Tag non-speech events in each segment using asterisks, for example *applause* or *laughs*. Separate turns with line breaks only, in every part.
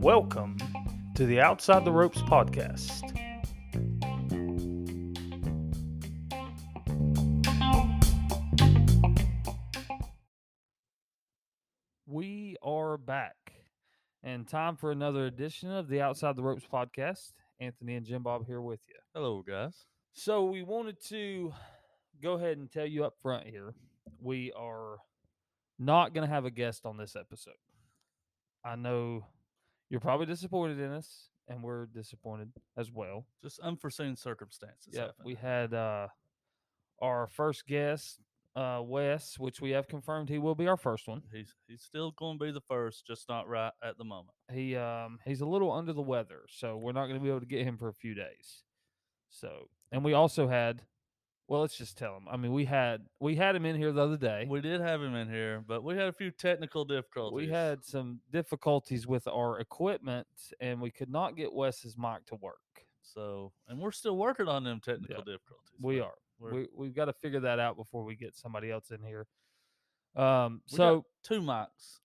Welcome to the Outside the Ropes podcast. We are back and time for another edition of the Outside the Ropes podcast. Anthony and Jim Bob here with you.
Hello, guys.
So we wanted to go ahead and tell you up front here, we are not going to have a guest on this episode. I know you're probably disappointed in us, and we're disappointed as well.
Just unforeseen circumstances.
Yeah,
happen.
we had uh, our first guest, uh, Wes, which we have confirmed he will be our first one.
He's he's still going to be the first, just not right at the moment.
He um, he's a little under the weather, so we're not going to be able to get him for a few days. So, and we also had, well, let's just tell him. I mean, we had we had him in here the other day.
We did have him in here, but we had a few technical difficulties.
We had some difficulties with our equipment, and we could not get Wes's mic to work.
so, and we're still working on them technical difficulties.
We
but
are.
We're,
we we've got to figure that out before we get somebody else in here. Um,
We
so
got- two mics.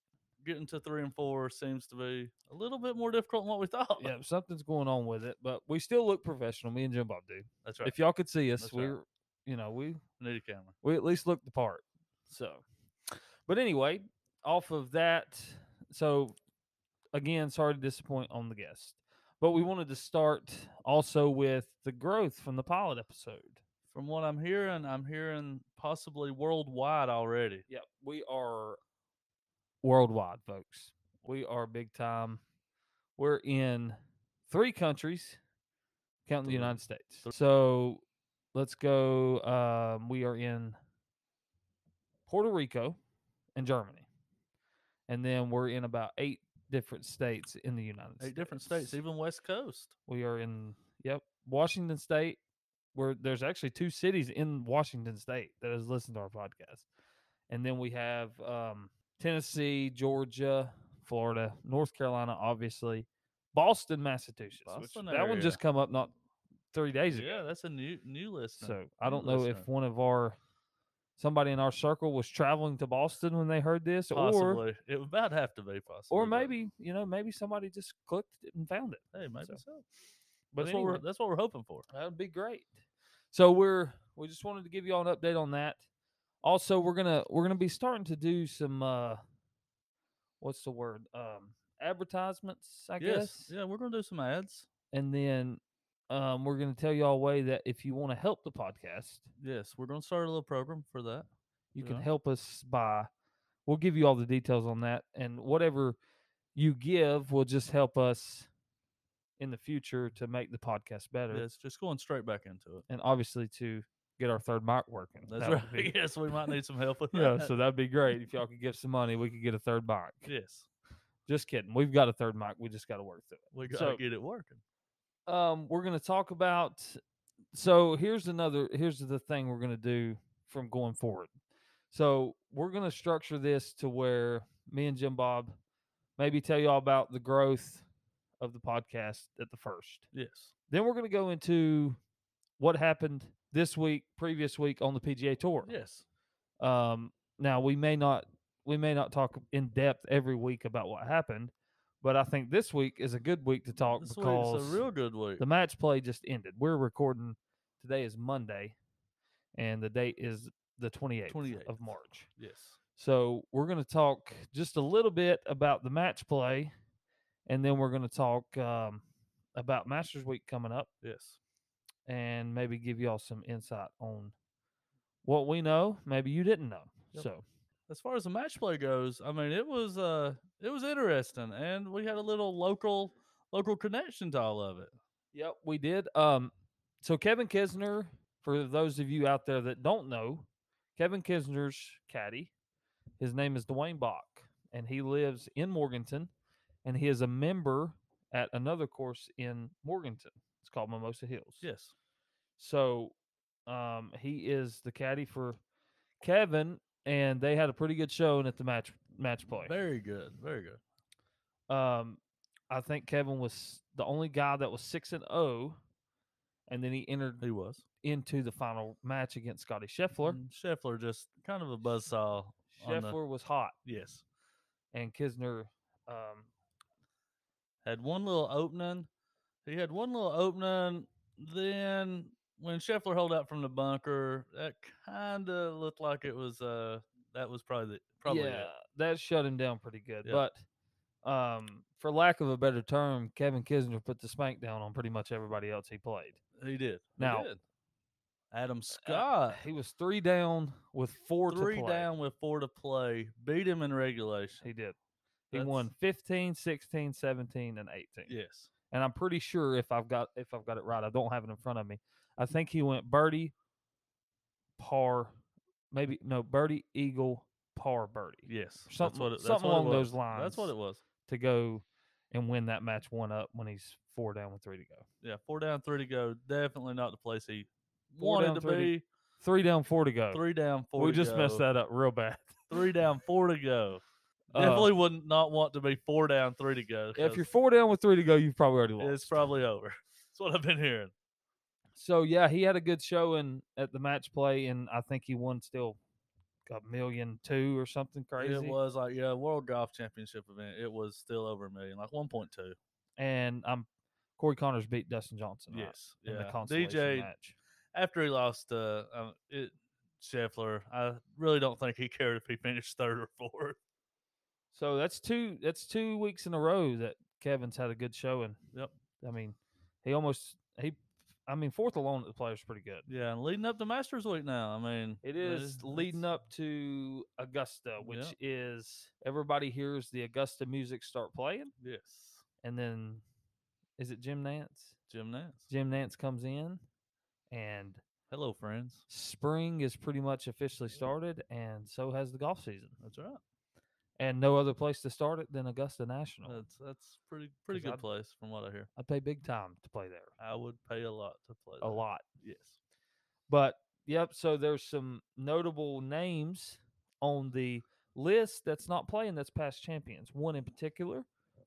Getting to three and four seems to be a little bit more difficult than what we thought.
yeah, something's going on with it, but we still look professional. Me and Jim Bob do.
*laughs* that's right.
If y'all could see us,
That's right.
we're you know we
Need a camera.
we at least look the part. So, but anyway, off of that, so again, sorry to disappoint on the guest, but we wanted to start also with the growth from the pilot episode.
From what I'm hearing, I'm hearing possibly worldwide already.
Yep, we are worldwide, folks. We are big time. We're in three countries, counting
Three.
the United States.
Three.
So let's go. Um, we are in Puerto Rico and Germany, and then we're in about eight different states in the United States.
Eight different states, even West Coast.
We are in yep Washington State. Where there's actually two cities in Washington State that has listened to our podcast, and then we have um, Tennessee, Georgia, Florida, North Carolina, obviously, Boston, Massachusetts. which
Boston
that one just come up not three days ago.
Yeah, that's a new new listener.
so I
new
don't know
listener.
if one of our somebody in our circle was traveling to Boston when they heard this, or
Possibly. it would about have to be possible.
or maybe you know maybe somebody just clicked it and found it.
Hey, maybe so.
But
But that's, what
anyway.
we're, that's what we're hoping for.
That would be great. So we're we just wanted to give you all an update on that. Also, we're gonna we're gonna be starting to do some uh what's the word? Um advertisements, I guess.
Yeah, we're gonna do some ads.
And then um we're gonna tell y'all a way that if you want to help the podcast,
Yes, we're gonna start a little program for that.
you can
Yeah.
help us by we'll give you all the details on that and whatever you give will just help us in the future to make the podcast better
Yes, just going straight back into it.
and obviously to get our third mic working.
That's
That would be-
right. *laughs* yes, we might need some help with
*laughs* yeah,
that.
so that'd be great if y'all could give some money. We could get a third mic.
yes,
Just kidding. We've got a third mic. We just got to work through
we gotta
So-
get it working.
it. Um, we're gonna talk about. So here's another. Here's the thing we're gonna do from going forward. So we're gonna structure this to where me and Jim Bob maybe tell y'all about the growth of the podcast at the first.
Yes,
Then we're gonna go into what happened this week, previous week on the PGA Tour.
yes,
Um, now we may not we may not talk in depth every week about what happened, but I think this week is a good week to talk
this
because
week's a real good week.
the match play just ended. We're recording today is Monday, and the date is the twenty eighth
28th.
of March.
yes,
So we're going to talk just a little bit about the match play, and then we're going to talk um, about Masters Week coming up
yes,
and maybe give y'all some insight on what we know. Maybe you didn't know.
Yep.
So
as far as the match play goes, I mean, it was uh, it was interesting, and we had a little local local connection to all of it.
Yep, we did. Um, so Kevin Kisner, for those of you out there that don't know, Kevin Kisner's caddy, his name is Dwayne Bach, and he lives in Morganton, and he is a member at another course in Morganton. It's called Mimosa Hills.
Yes,
So, um, he is the caddy for Kevin, and they had a pretty good showing at the match match play.
very good, very good.
Um, I think Kevin was the only guy that was six and zero, and then he entered
He was.
into the final match against Scotty Scheffler.
And Scheffler just kind of a buzzsaw Mm, on the-
Scheffler was hot,
yes.
and Kisner, um,
Had one little opening. He had one little opening. Then when Scheffler held out from the bunker, that kind of looked like it was. Uh, that was probably the, probably
yeah,
it.
that shut him down pretty good.
Yeah.
But um, for lack of a better term, Kevin Kisner put the smack down on pretty much everybody else he played.
He did. He
Now,
did. Adam Scott,
He was three down with Uh, four
three
to play.
down with four to play, beat him in regulation.
He did. He won 15, 16, 17, and 18.
Yes.
And I'm pretty sure if I've got if I've got it right, I don't have it in front of me. I think he went birdie, par, maybe no birdie, eagle, par, birdie.
Yes. that's
Something-
what it- that's
something
what it
along those
was. That's what
lines.
it was.
to go and win that match one up when he's four down with three to go.
Yeah, four down, three to go. Definitely not the place he
Four
wanted
down,
to
three
be.
Three down, four to go.
Three down, four.
we
to
just messed
go.
that up real bad. *laughs*
Three down, four to go.
Uh,
Definitely would not want to be four down, three to go.
if you're
'cause
four down with three to go, you've probably already lost.
it's probably over. *laughs* That's what I've been hearing.
so yeah, he had a good showing at the match play, and I think he won still a million two or something crazy.
It was like yeah, World Golf Championship event. It was still over a million, like one point two.
And I'm Corey Connors beat Dustin Johnson. right,
Yes,
in
yeah.
the consolation
DJ
match.
after he lost, uh, um, it Scheffler. I really don't think he cared if he finished third or fourth.
So that's two. That's two weeks in a row that Kevin's had a good showing.
Yep.
I mean, he almost he. I mean, fourth alone at the players pretty good.
Yeah, and leading up to Masters Week now. I mean,
It
that
is leading
that's-
up to Augusta, which
Yep.
is everybody hears the Augusta music start playing,
Yes,
and then is it Jim Nance?
Jim Nance.
Jim Nance comes in, and
Hello, friends.
spring is pretty much officially started, and so has the golf season.
That's right.
And no other place to start it than Augusta National.
That's that's pretty pretty
'Cause
good
I'd-
place from what I hear.
I pay big time to play there,
I would pay a lot to play.
a
there.
lot.
Yes.
But yep, so there's some notable names on the list that's not playing that's past champions. One in particular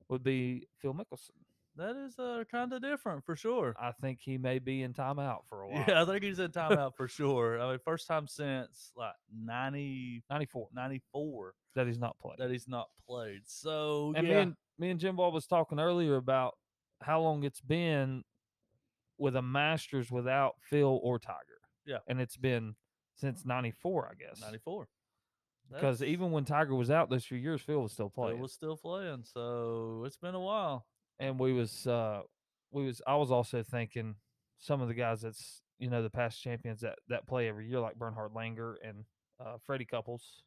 would be Phil Mickelson.
That is uh, kind of different for sure. *laughs*
I think he may be in timeout for a while.
Yeah, I think he's in timeout for sure. I mean, first time since like 90,
94
94
that he's not played.
that he's not played. So
and
yeah,
me and me and Jim Bob was talking earlier about how long it's been with a Masters without Phil or Tiger.
Yeah.
And it's been since 94, I guess.
94.
Because
That's-
even when Tiger was out those few years, Phil was still
Phil
playing.
was still playing, so it's been a while.
and we was uh we was I was also thinking some of the guys that's you know the past champions that that play every year like Bernhard Langer and uh Freddie Couples.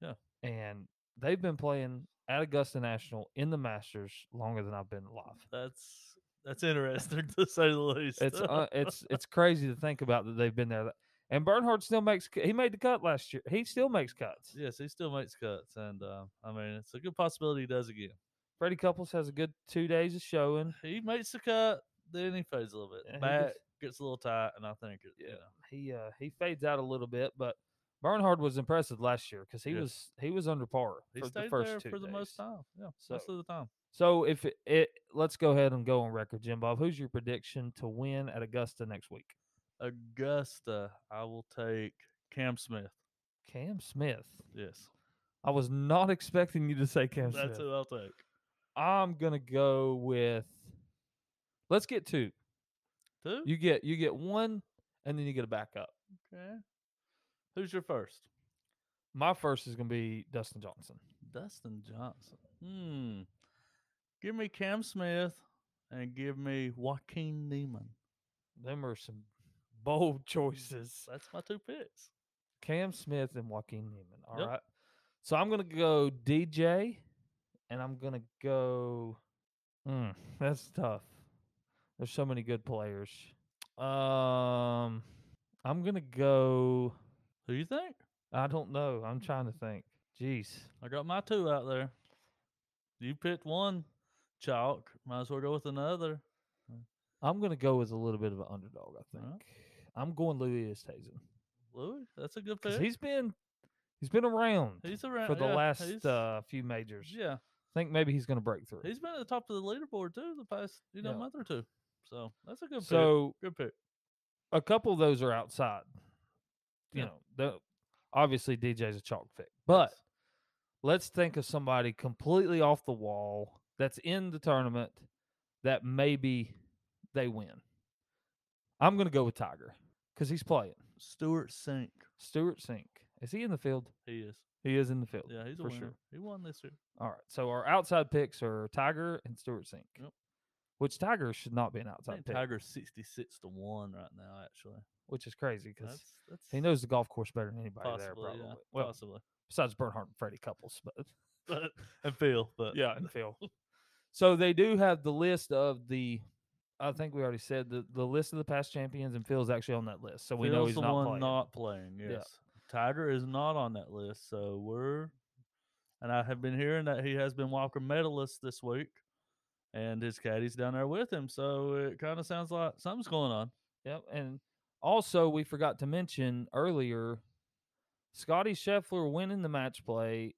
Yeah.
And they've been playing at Augusta National in the Masters longer than I've been alive.
That's that's interesting *laughs* to say the least. *laughs*
It's uh, it's it's crazy to think about that they've been there. that- And Bernhard still makes c- he made the cut last year. He still makes cuts.
yes, he still makes cuts, and uh, I mean, it's a good possibility he does again.
Freddie Couples has a good two days of showing.
he makes the cut, then he fades a little bit.
Yeah, he
Back
gets-
gets a little tight, and I think it,
Yeah.
you know,
he uh he fades out a little bit, but Bernhard was impressive last year because he
Yeah.
was he was under par
he
for
stayed
the first
there
two
for the most
days.
time. Yeah, most
So-
of the time.
So if it, it let's go ahead and go on record, Jim Bob. Who's your prediction to win at Augusta next week?
Augusta, I will take Cam Smith.
Cam Smith.
Yes,
I was not expecting you to say Cam
that's
Smith.
who I'll take.
I'm gonna go with. Let's get two.
Two.
You get you get one, and then you get a backup.
okay? Who's your first?
My first is gonna be Dustin Johnson.
Dustin Johnson. Hmm. Give me Cam Smith, and give me Joaquin Neiman.
Them are some bold *laughs* choices.
That's my two picks.
Cam Smith and Joaquin Neiman. All right,
Yep.
So I'm gonna go DJ, and I'm gonna go. Mm, *laughs* that's tough. There's so many good players. Um, I'm gonna go.
Who you think?
I don't know. I'm trying to think. Jeez.
I got my two out there. You picked one, chalk. Might as well go with another.
I'm gonna go with a little bit of an underdog. I think.
right.
I'm going Louis Oosthuizen
Louis, that's a good pick.
because he's been he's been around
he's around
for the
yeah,
last
he's-
uh, few majors.
yeah,
I think maybe he's gonna break through.
he's been at the top of the leaderboard too the past you know
Yeah.
month or two. So that's a good
so
pick. Good pick.
a couple of those are outside. You
Yeah.
know, the obviously DJ's a chalk pick, but let's think of somebody completely off the wall that's in the tournament that maybe they win. I'm going to go with Tiger because he's playing.
Stuart Sink.
Stuart Sink. Is he in the field?
He is.
He is in the field.
Yeah, he's a
for
winner.
sure.
He won this year.
All right. So our outside picks are Tiger and Stuart Sink,
Yep.
which Tiger should not be an outside
I think
pick,
Tiger's sixty six to one right now. Actually,
which is crazy because
that's, that's
he knows the golf course better than anybody there,
possibly.
probably.
yeah,
Well,
possibly. *laughs*
besides Bernhard and Freddie Couples, but
But and Phil, but
yeah,
*laughs*
and Phil. So they do have the list of the. I think we already said the, the list of the past champions, and Phil's actually on that list. So we know
Phil's
he's
the
not
one
playing.
not playing. Yes, Tiger is not on that list. So we're, and I have been hearing that he has been Walker medalist this week, and his caddy's down there with him. So it kind of sounds like something's going on.
Yep. And also, we forgot to mention earlier Scotty Scheffler winning the match play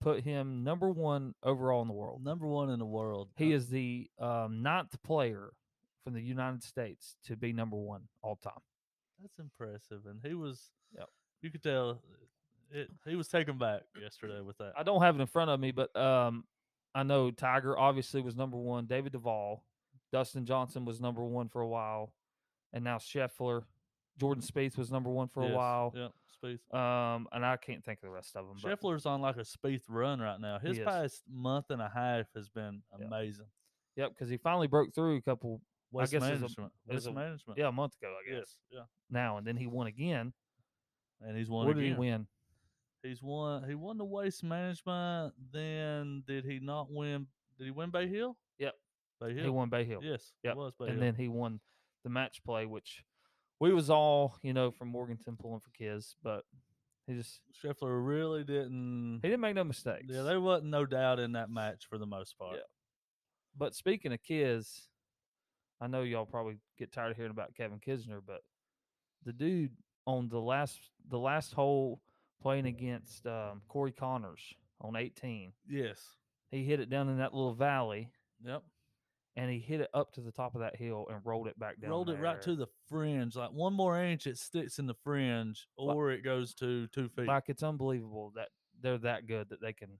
put him number one overall in the world.
Number one in the world.
He is the um, ninth player from the United States to be number one all time.
That's impressive, and he was.
Yep.
You could tell, uh, it, he was taken back yesterday with that.
I don't have it in front of me, but um, I know Tiger obviously was number one. David Duvall, Dustin Johnson was number one for a while, and now Scheffler, Jordan Spieth was number one for a
Yes,
while.
Yep. Spieth.
Um, and I can't think of the rest of them. but-
Scheffler's on like a Spieth run right now. His
is.
past month and a half has been
Yep.
amazing.
Yep, because he finally broke through a couple,
Waste
guess it's a-
management.
it's
Waste
a-
management.
yeah, a month ago, I guess.
Yes. Yeah.
Now and then he won again.
And he's won
what
again.
did he win?
He's won. He won the waste management. Then did he not win? Did he win Bay Hill?
Yep.
Bay Hill.
He won Bay Hill,
Yes.
Yep.
It was Bay
and
Hill.
then he won the match play, which we was all you know from Morganton pulling for kids, but he just
Scheffler really didn't.
he didn't make no mistakes.
Yeah, there wasn't no doubt in that match for the most part.
Yeah. But speaking of Kiz, I know y'all probably get tired of hearing about Kevin Kisner, but the dude on the last the last hole playing against um, Corey Connors on 18,
Yes.
he hit it down in that little valley
Yep.
and he hit it up to the top of that hill and rolled it back down.
Rolled it right to the fringe. Like one more inch, it sticks in the fringe, or it goes to two feet.
like it's unbelievable that they're that good that they can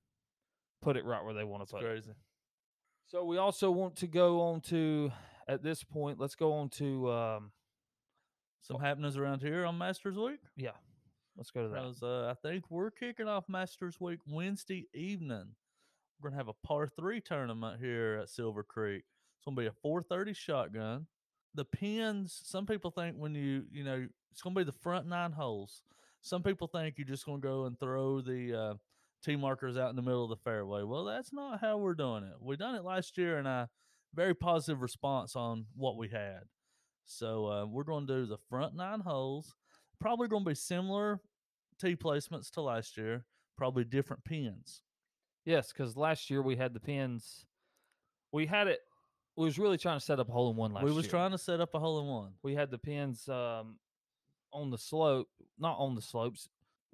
put it right where they want to
It's
put it.
crazy.
So we also want to go on to at this point. Let's go on to um,
Some happenings around here on Masters Week.
yeah. Let's go to that.
Because uh, I think we're kicking off Masters Week Wednesday evening. We're gonna have a par three tournament here at Silver Creek. It's gonna be a 4:30 shotgun. The pins. Some people think when you you know it's gonna be the front nine holes. Some people think you're just gonna go and throw the uh, tee markers out in the middle of the fairway. Well, that's not how we're doing it. We done it last year, and I very positive response on what we had. So uh, we're gonna do the front nine holes. Probably gonna be similar tee placements to last year, probably different pins.
Yes, because last year we had the pins. We had it. We was really trying to set up a hole in one last year.
we was trying to set up a hole in one.
We had the pins um, on the slope, not on the slopes,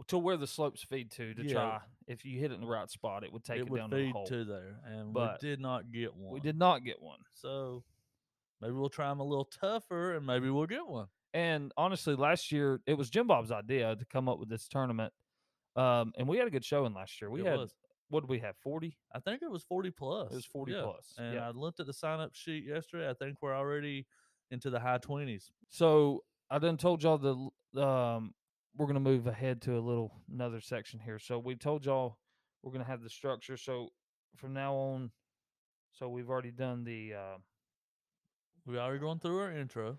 to where the slopes feed to. To
Yeah.
try, if you hit it in the right spot, it would take it,
it would
down to the
feed
hole.
to there, and
But
we did not get one.
we did not get one.
So maybe we'll try them a little tougher, and maybe we'll get one.
And honestly, last year it was Jim Bob's idea to come up with this tournament, um, and we had a good showing last year. We
It
had
was.
what did we have? Forty.
I think it was forty plus.
It was forty
yeah.
plus.
And
yeah.
I looked at the sign up sheet yesterday. I think we're already into the high twenties.
So I done told y'all the l- um we're gonna move ahead to a little another section here. So we told y'all we're gonna have the structure. So from now on, so we've already done the uh,
We already gone through our intro.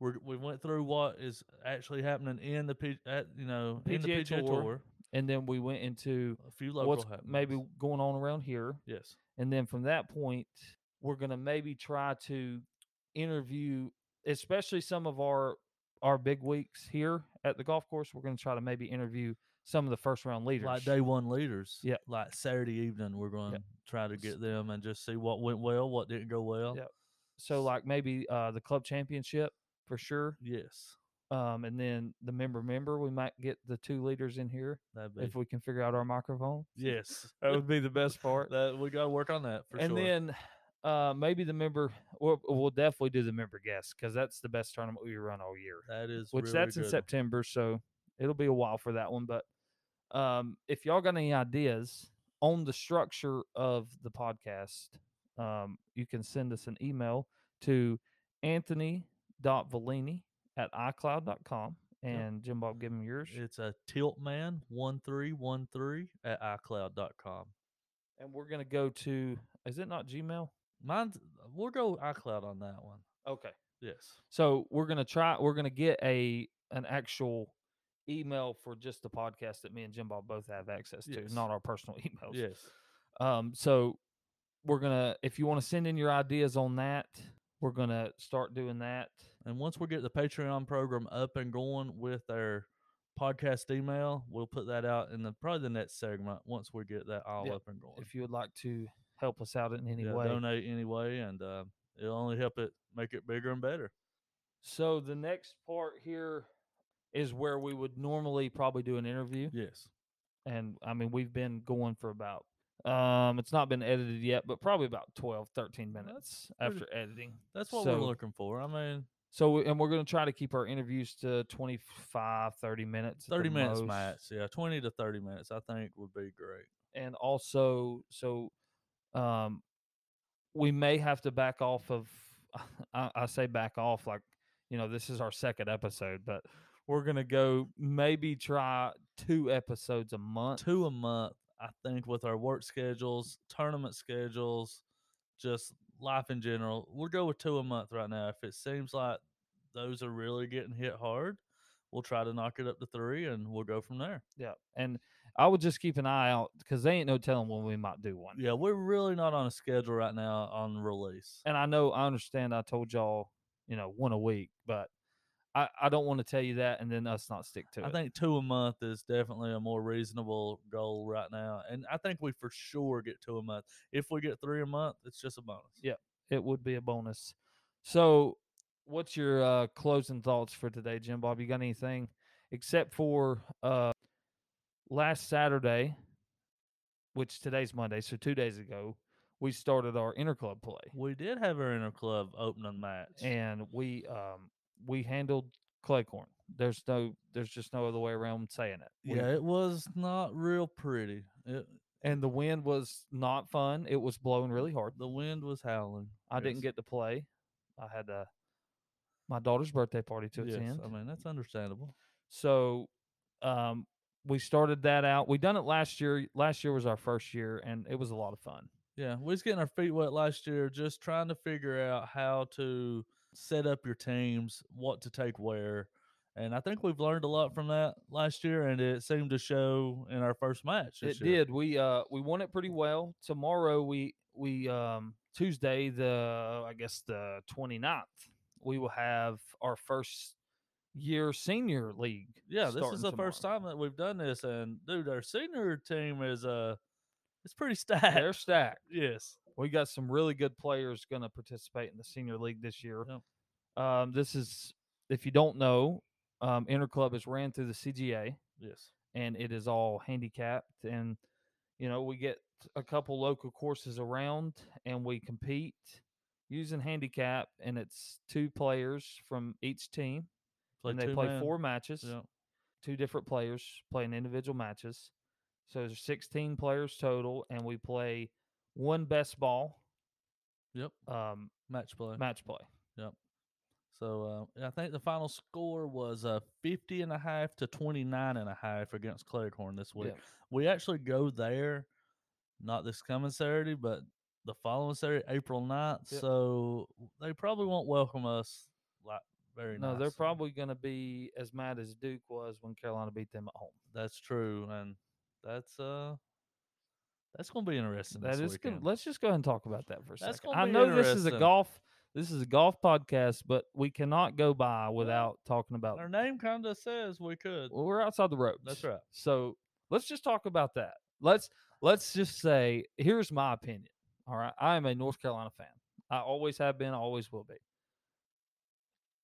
We're, we went through what is actually happening in the P, at, you know in the
PGA
PGA
Tour.
Tour.
and then we went into
A few local
what's
happenings.
maybe going on around here,
yes.
and then from that point we're gonna maybe try to interview, especially some of our our big weeks here at the golf course. We're gonna try to maybe interview some of the first round leaders.
Like day one leaders.
Yep.
Like Saturday evening, we're going to try to
S-
get them and just see what went well, what didn't go well.
Yep. so like maybe uh, the club championship for sure.
Yes.
Um, and then the member member, we might get the two leaders in here
That'd be.
if we can figure out our microphone.
*laughs* yes.
That would be the best part.
that we got to work on that for
and
sure.
then uh, maybe the member, or we'll definitely do the member guest because that's the best tournament we run all year,
that is
which
really
that's in
good.
September. So It'll be a while for that one, but um, if y'all got any ideas on the structure of the podcast, um, you can send us an email to anthony.vellini at icloud.com. And Jim Bob, give him yours.
It's a tiltman1313 at iCloud.com.
And we're going to go to, is it not Gmail?
Mine's, we'll go iCloud on that one.
Okay.
Yes.
So we're gonna try. We're gonna get a an actual email for just the podcast that me and Jim Bob both have access to,
Yes.
not our personal *laughs* emails.
Yes.
Um. So we're gonna. If you want to send in your ideas on that, we're gonna start doing that.
And once we get the Patreon program up and going with our podcast email, we'll put that out in the probably the next segment once we get that all
Yeah,
up and going.
If you would like to help us out in any
Yeah,
way.
donate anyway, and uh, it'll only help it make it bigger and better.
So the next part here is where we would normally probably do an interview.
Yes.
and I mean we've been going for about um it's not been edited yet, but probably about 12 13
Well,
minutes
pretty-
after editing.
That's what
So-
we're looking for. I mean,
So we- and we're going to try to keep our interviews to 25 30 minutes. at the
30 minutes
most.
max. Yeah, 20 to 30 minutes, I think, would be great.
And also so um we may have to back off of *laughs* I, I say back off like you know this is our second episode, but we're going to go maybe try two episodes a month.
Two a month, I think, with our work schedules, tournament schedules, just life in general. We'll go with two a month right now. If it seems like those are really getting hit hard, we'll try to knock it up to three and we'll go from there.
Yeah. And I would just keep an eye out because they ain't no telling when we might do one.
Yeah, we're really not on a schedule right now on release.
And I know, I understand I told y'all, you know, one a week, but I, I don't want to tell you that and then us not stick to
I
it.
think two a month is definitely a more reasonable goal right now. And I think we for sure get two a month. If we get three a month, it's just a bonus.
Yeah. it would be a bonus. So, what's your uh, closing thoughts for today, Jim Bob? You got anything except for uh, last Saturday, which today's Monday, so two days ago, we started our interclub play.
We did have our inner club opening match.
and we um we handled Claycorn. There's no there's just no other way around saying it. We-
yeah, it was not real pretty. It,
and the wind was not fun. It was blowing really hard.
the wind was howling.
I didn't
Yes.
get to play. I had uh my daughter's birthday party to
Yes,
attend.
I mean that's understandable.
So um we started that out. We done it last year. Last year was our first year and it was a lot of fun.
Yeah, we was getting our feet wet last year, just trying to figure out how to set up your teams, what to take where, and I think we've learned a lot from that last year, and it seemed to show in our first match. this
It
year.
did. We uh we won it pretty well. Tomorrow we we um Tuesday the I guess the 29th we will have our first year senior league.
Yeah, this
starting
is the
tomorrow.
first time that we've done this, and dude, our senior team is uh, it's pretty *laughs* stacked.
They're stacked.
yes,
We got some really good players going to participate in the senior league this year.
Yep.
Um, this is if you don't know, um, Interclub is ran through the CGA.
yes,
and it is all handicapped and you know we get a couple local courses around and we compete using handicap and it's two players from each team and they
two
play
man.
four matches
Yeah,
two different players playing individual matches so there's 16 players total and we play one best ball
yep,
um,
match play.
match play
So uh, I think the final score was uh, 50 and a half to 29 and a half against Cleghorn this week.
Yeah.
We actually go there, not this coming Saturday, but the following Saturday, April 9th.
Yep.
So they probably won't welcome us like very
no they're
nicely.
probably going to be as mad as duke was when carolina beat them at home
That's true, and that's uh, that's gonna be interesting.
That
this
is gonna,
weekend.
let's just go ahead and talk about that for a
That's
second.
gonna
I
be
know this is a
interesting.
golf this is a golf podcast, but we cannot go by without talking about
Our name kind of says we could.
well, we're outside the ropes.
That's right.
So let's just talk about that. Let's let's just say here's my opinion. All right. I am a North Carolina fan. I always have been, I always will be.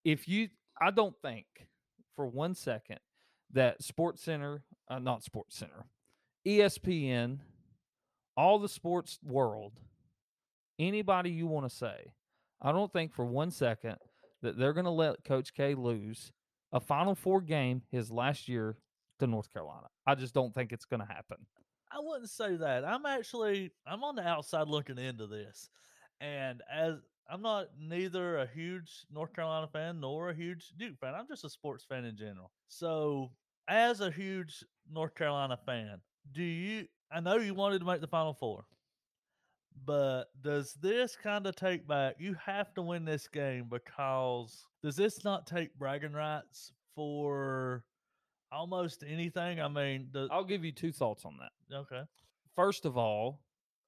If you I don't think for one second that Sports Center, uh, not E Sports Center, ESPN, all the sports world, anybody you want to say, I don't think for one second that they're going to let Coach K lose a Final Four game his last year to North Carolina. I just don't think it's going to happen.
I wouldn't say that. I'm actually I'm on the outside looking into this, and as I'm not neither a huge North Carolina fan nor a huge Duke fan. I'm just a sports fan in general. So as a huge North Carolina fan, do you? I know you wanted to make the Final Four, but does this kind of take back? You have to win this game because does this not take bragging rights for? Almost anything. I mean, the,
I'll give you two thoughts on that.
okay.
First of all,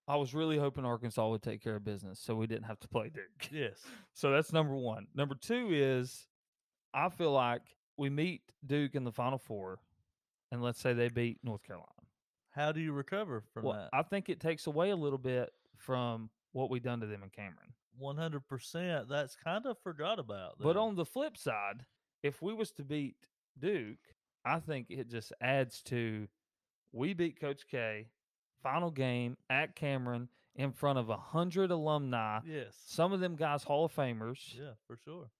I was really hoping Arkansas would take care of business so we didn't have to play Duke. *laughs*
Yes.
So that's number one. Number two is I feel like we meet Duke in the Final Four, and let's say they beat North Carolina.
How do you recover from
Well,
that?
I think it takes away a little bit from what we done to them in Cameron.
One hundred percent. That's kind of forgot about.
But
then.
on the flip side, if we was to beat Duke, I think it just adds to we beat Coach K, final game at Cameron in front of a hundred alumni,
yes,
some of them guys Hall of Famers.
yeah, for sure.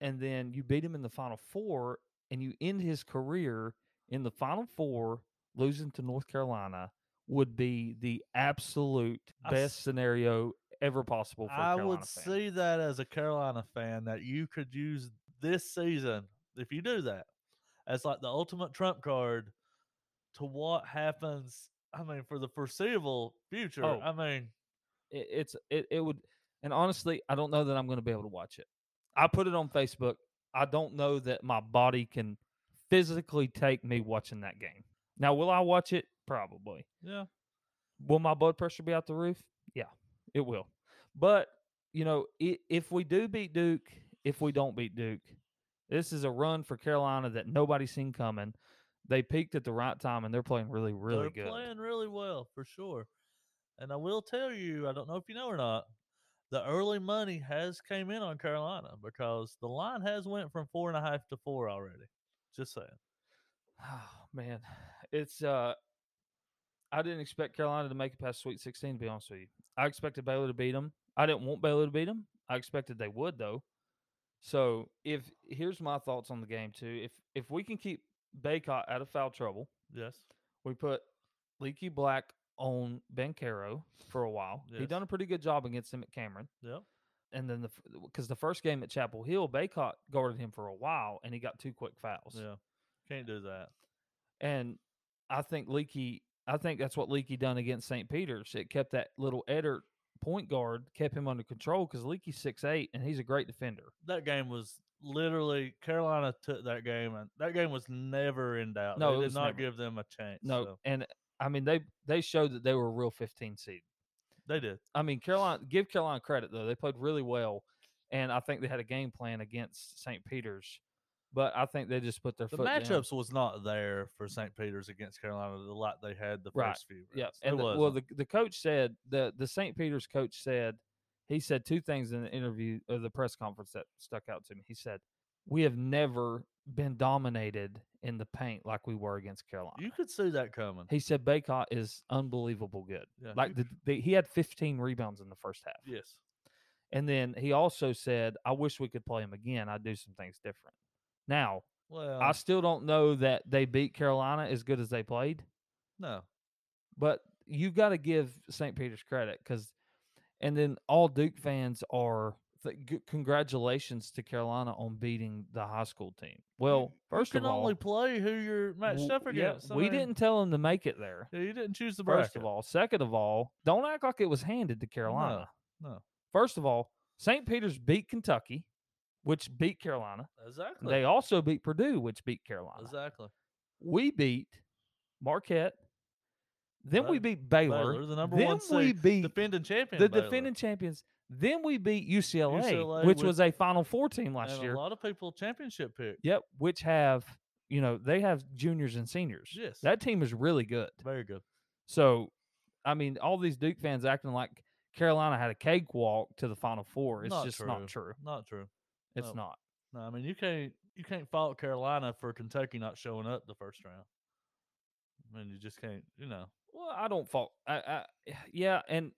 and then you beat him in the final four and you end his career in the final four losing to north carolina would be the absolute
I
best
s-
scenario ever possible for a
I
Carolina
would
fan.
see that as a Carolina fan that you could use this season if you do that as like the ultimate trump card to what happens. I mean, for the foreseeable future.
Oh.
I mean,
it, it's it, it would and honestly i don't know that i'm going to be able to watch it i put it on facebook i don't know that my body can physically take me watching that game now will i watch it probably
yeah,
will my blood pressure be out the roof? Yeah, it will. But you know, i- if we do beat Duke, if we don't beat Duke, this is a run for Carolina that nobody's seen coming. They peaked at the right time, and they're playing really, really
they're
good.
playing really well for sure. And I will tell you, I don't know if you know or not, the early money has came in on Carolina because the line has went from four and a half to four already. Just saying.
Oh man, it's uh, I didn't expect Carolina to make it past Sweet 16. To be honest with you, I expected Baylor to beat them. I didn't want Baylor to beat them. I expected they would though. So if here's my thoughts on the game too. If if we can keep Baycott out of foul trouble,
Yes.
we put Leaky Black on Bancaro for a while. He
Yes.
done a pretty good job against him at Cameron.
Yep.
And then the because the first game at Chapel Hill, Baycott guarded him for a while, and he got two quick fouls.
Yeah. Can't do that.
And I think Leaky, I think that's what Leaky done against St. Peter's. It kept that little Eddard point guard, kept him under control because Leaky's six eight and he's a great defender.
That game was literally Carolina took that game and that game was never in doubt.
No,
they
it
did
was
not
never.
give them a chance.
No,
so
and I mean they they showed that they were a real fifteen seed.
they did.
I mean, Carolina, give Carolina credit though; they played really well, and I think they had a game plan against St. Peter's. But I think they just put their
The
foot down.
matchups was not there for St. Peter's against Carolina the lot they had the first
Right.
few.
Yeah,
rounds. It
and the, well,
wasn't.
the, the coach said the the St. Peter's coach said he said two things in the interview or the press conference that stuck out to me. He said, "We have never been dominated in the paint like we were against Carolina."
you could see that coming.
he said Baycott is unbelievable good.
Yeah,
Like
you-
the, the, he had 15 rebounds in the first half.
Yes.
And then he also said, I wish we could play him again. I'd do some things different. Now,
Well,
I still don't know that they beat Carolina as good as they played,
no.
but you got to give St. Peter's credit because, and then all Duke fans are, th- g- congratulations to Carolina on beating the high school team. Well, first
you
of
can
all,
only play who you're matched
w-
up
yeah,
against. I
we
mean,
didn't tell them to make it there.
Yeah, you didn't choose the
First
bracket.
of all, second of all, don't act like it was handed to Carolina.
no.
First of all, St. Peter's beat Kentucky, which beat Carolina.
exactly.
They also beat Purdue, which beat Carolina.
exactly.
We beat Marquette. Then we
Bud-
beat Baylor.
the number
then
one
we
seed,
beat
defending champion.
the
Baylor.
defending champions. Then we beat UCLA,
UCLA,
which
which-
was a Final Four team
and
last year.
A lot of people championship pick.
Yep, which have you know they have juniors and seniors.
Yes.
that team is really good.
Very good.
So, I mean, all these Duke fans acting like Carolina had a cakewalk to the Final Four. It's
Not
just not true.
Not true.
It's
No.
not.
No, I mean you can't you can't fault Carolina for Kentucky not showing up the first round. I mean you just can't. You know
Well, I don't fault. I, I yeah, and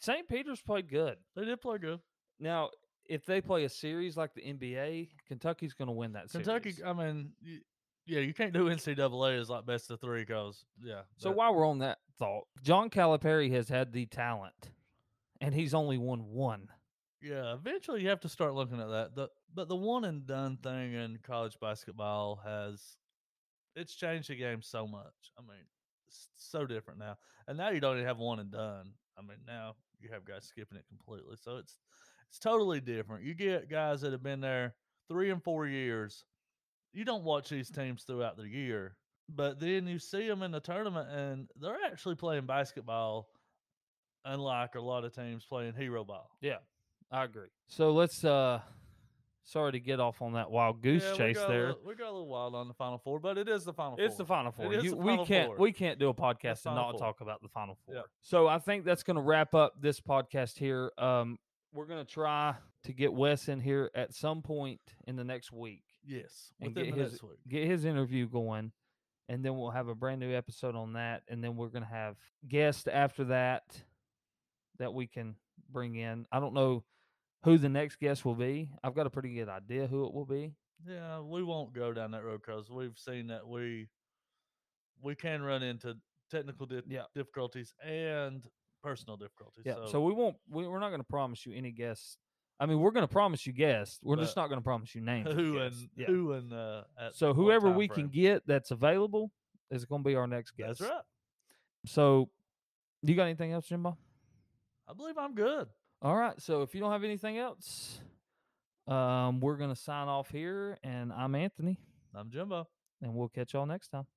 St. Peter's played good.
they did play good.
Now, if they play a series like the NBA, Kentucky's going to win that
Kentucky, uh,
series.
I mean, y- yeah, you can't do NCAA as like best of three because yeah.
So
that-
while we're on that thought, John Calipari has had the talent, and he's only won one.
Yeah, eventually you have to start looking at that. The but the one and done thing in college basketball has it's changed the game so much. I mean, it's so different now. And now you don't even have one and done. I mean, now you have guys skipping it completely. So it's it's totally different. You get guys that have been there 3 and 4 years. You don't watch these teams throughout the year, but then you see them in the tournament and they're actually playing basketball unlike a lot of teams playing hero ball.
I agree. So let's. uh Sorry to get off on that wild goose
Yeah, we
chase
got a
there.
little- we got a little wild on the final four, but it is the final four.
It's the final four.
It is
You-
the
we
Final
can't
Four.
we can't do a podcast and
Final
not
Four.
talk about the final four.
Yeah.
So I think that's going to wrap up this podcast here. Um, we're going to try to get Wes in here at some point in the next week,
yes.
and
Within
get
the
his-
next week.
get his interview going, and then we'll have a brand new episode on that, and then we're going to have guests after that that we can bring in. I don't know who the next guest will be. I've got a pretty good idea who it will be.
Yeah, we won't go down that road because we've seen that we we can run into technical di-
Yeah.
difficulties and personal difficulties.
Yeah. So,
So,
we won't. We, we're not going to promise you any guests. I mean, we're going to promise you guests. We're just
But
not going to promise you names. of
who
guests.
and
Yeah.
who and uh, at
so
what
whoever
time
we
frame.
can get that's available is going to be our next guest.
That's right.
So, you got anything else, Jimbo?
I believe I'm good.
All right. So if you don't have anything else, um, we're going to sign off here, and I'm Anthony,
I'm Jumbo.
and we'll catch y'all next time.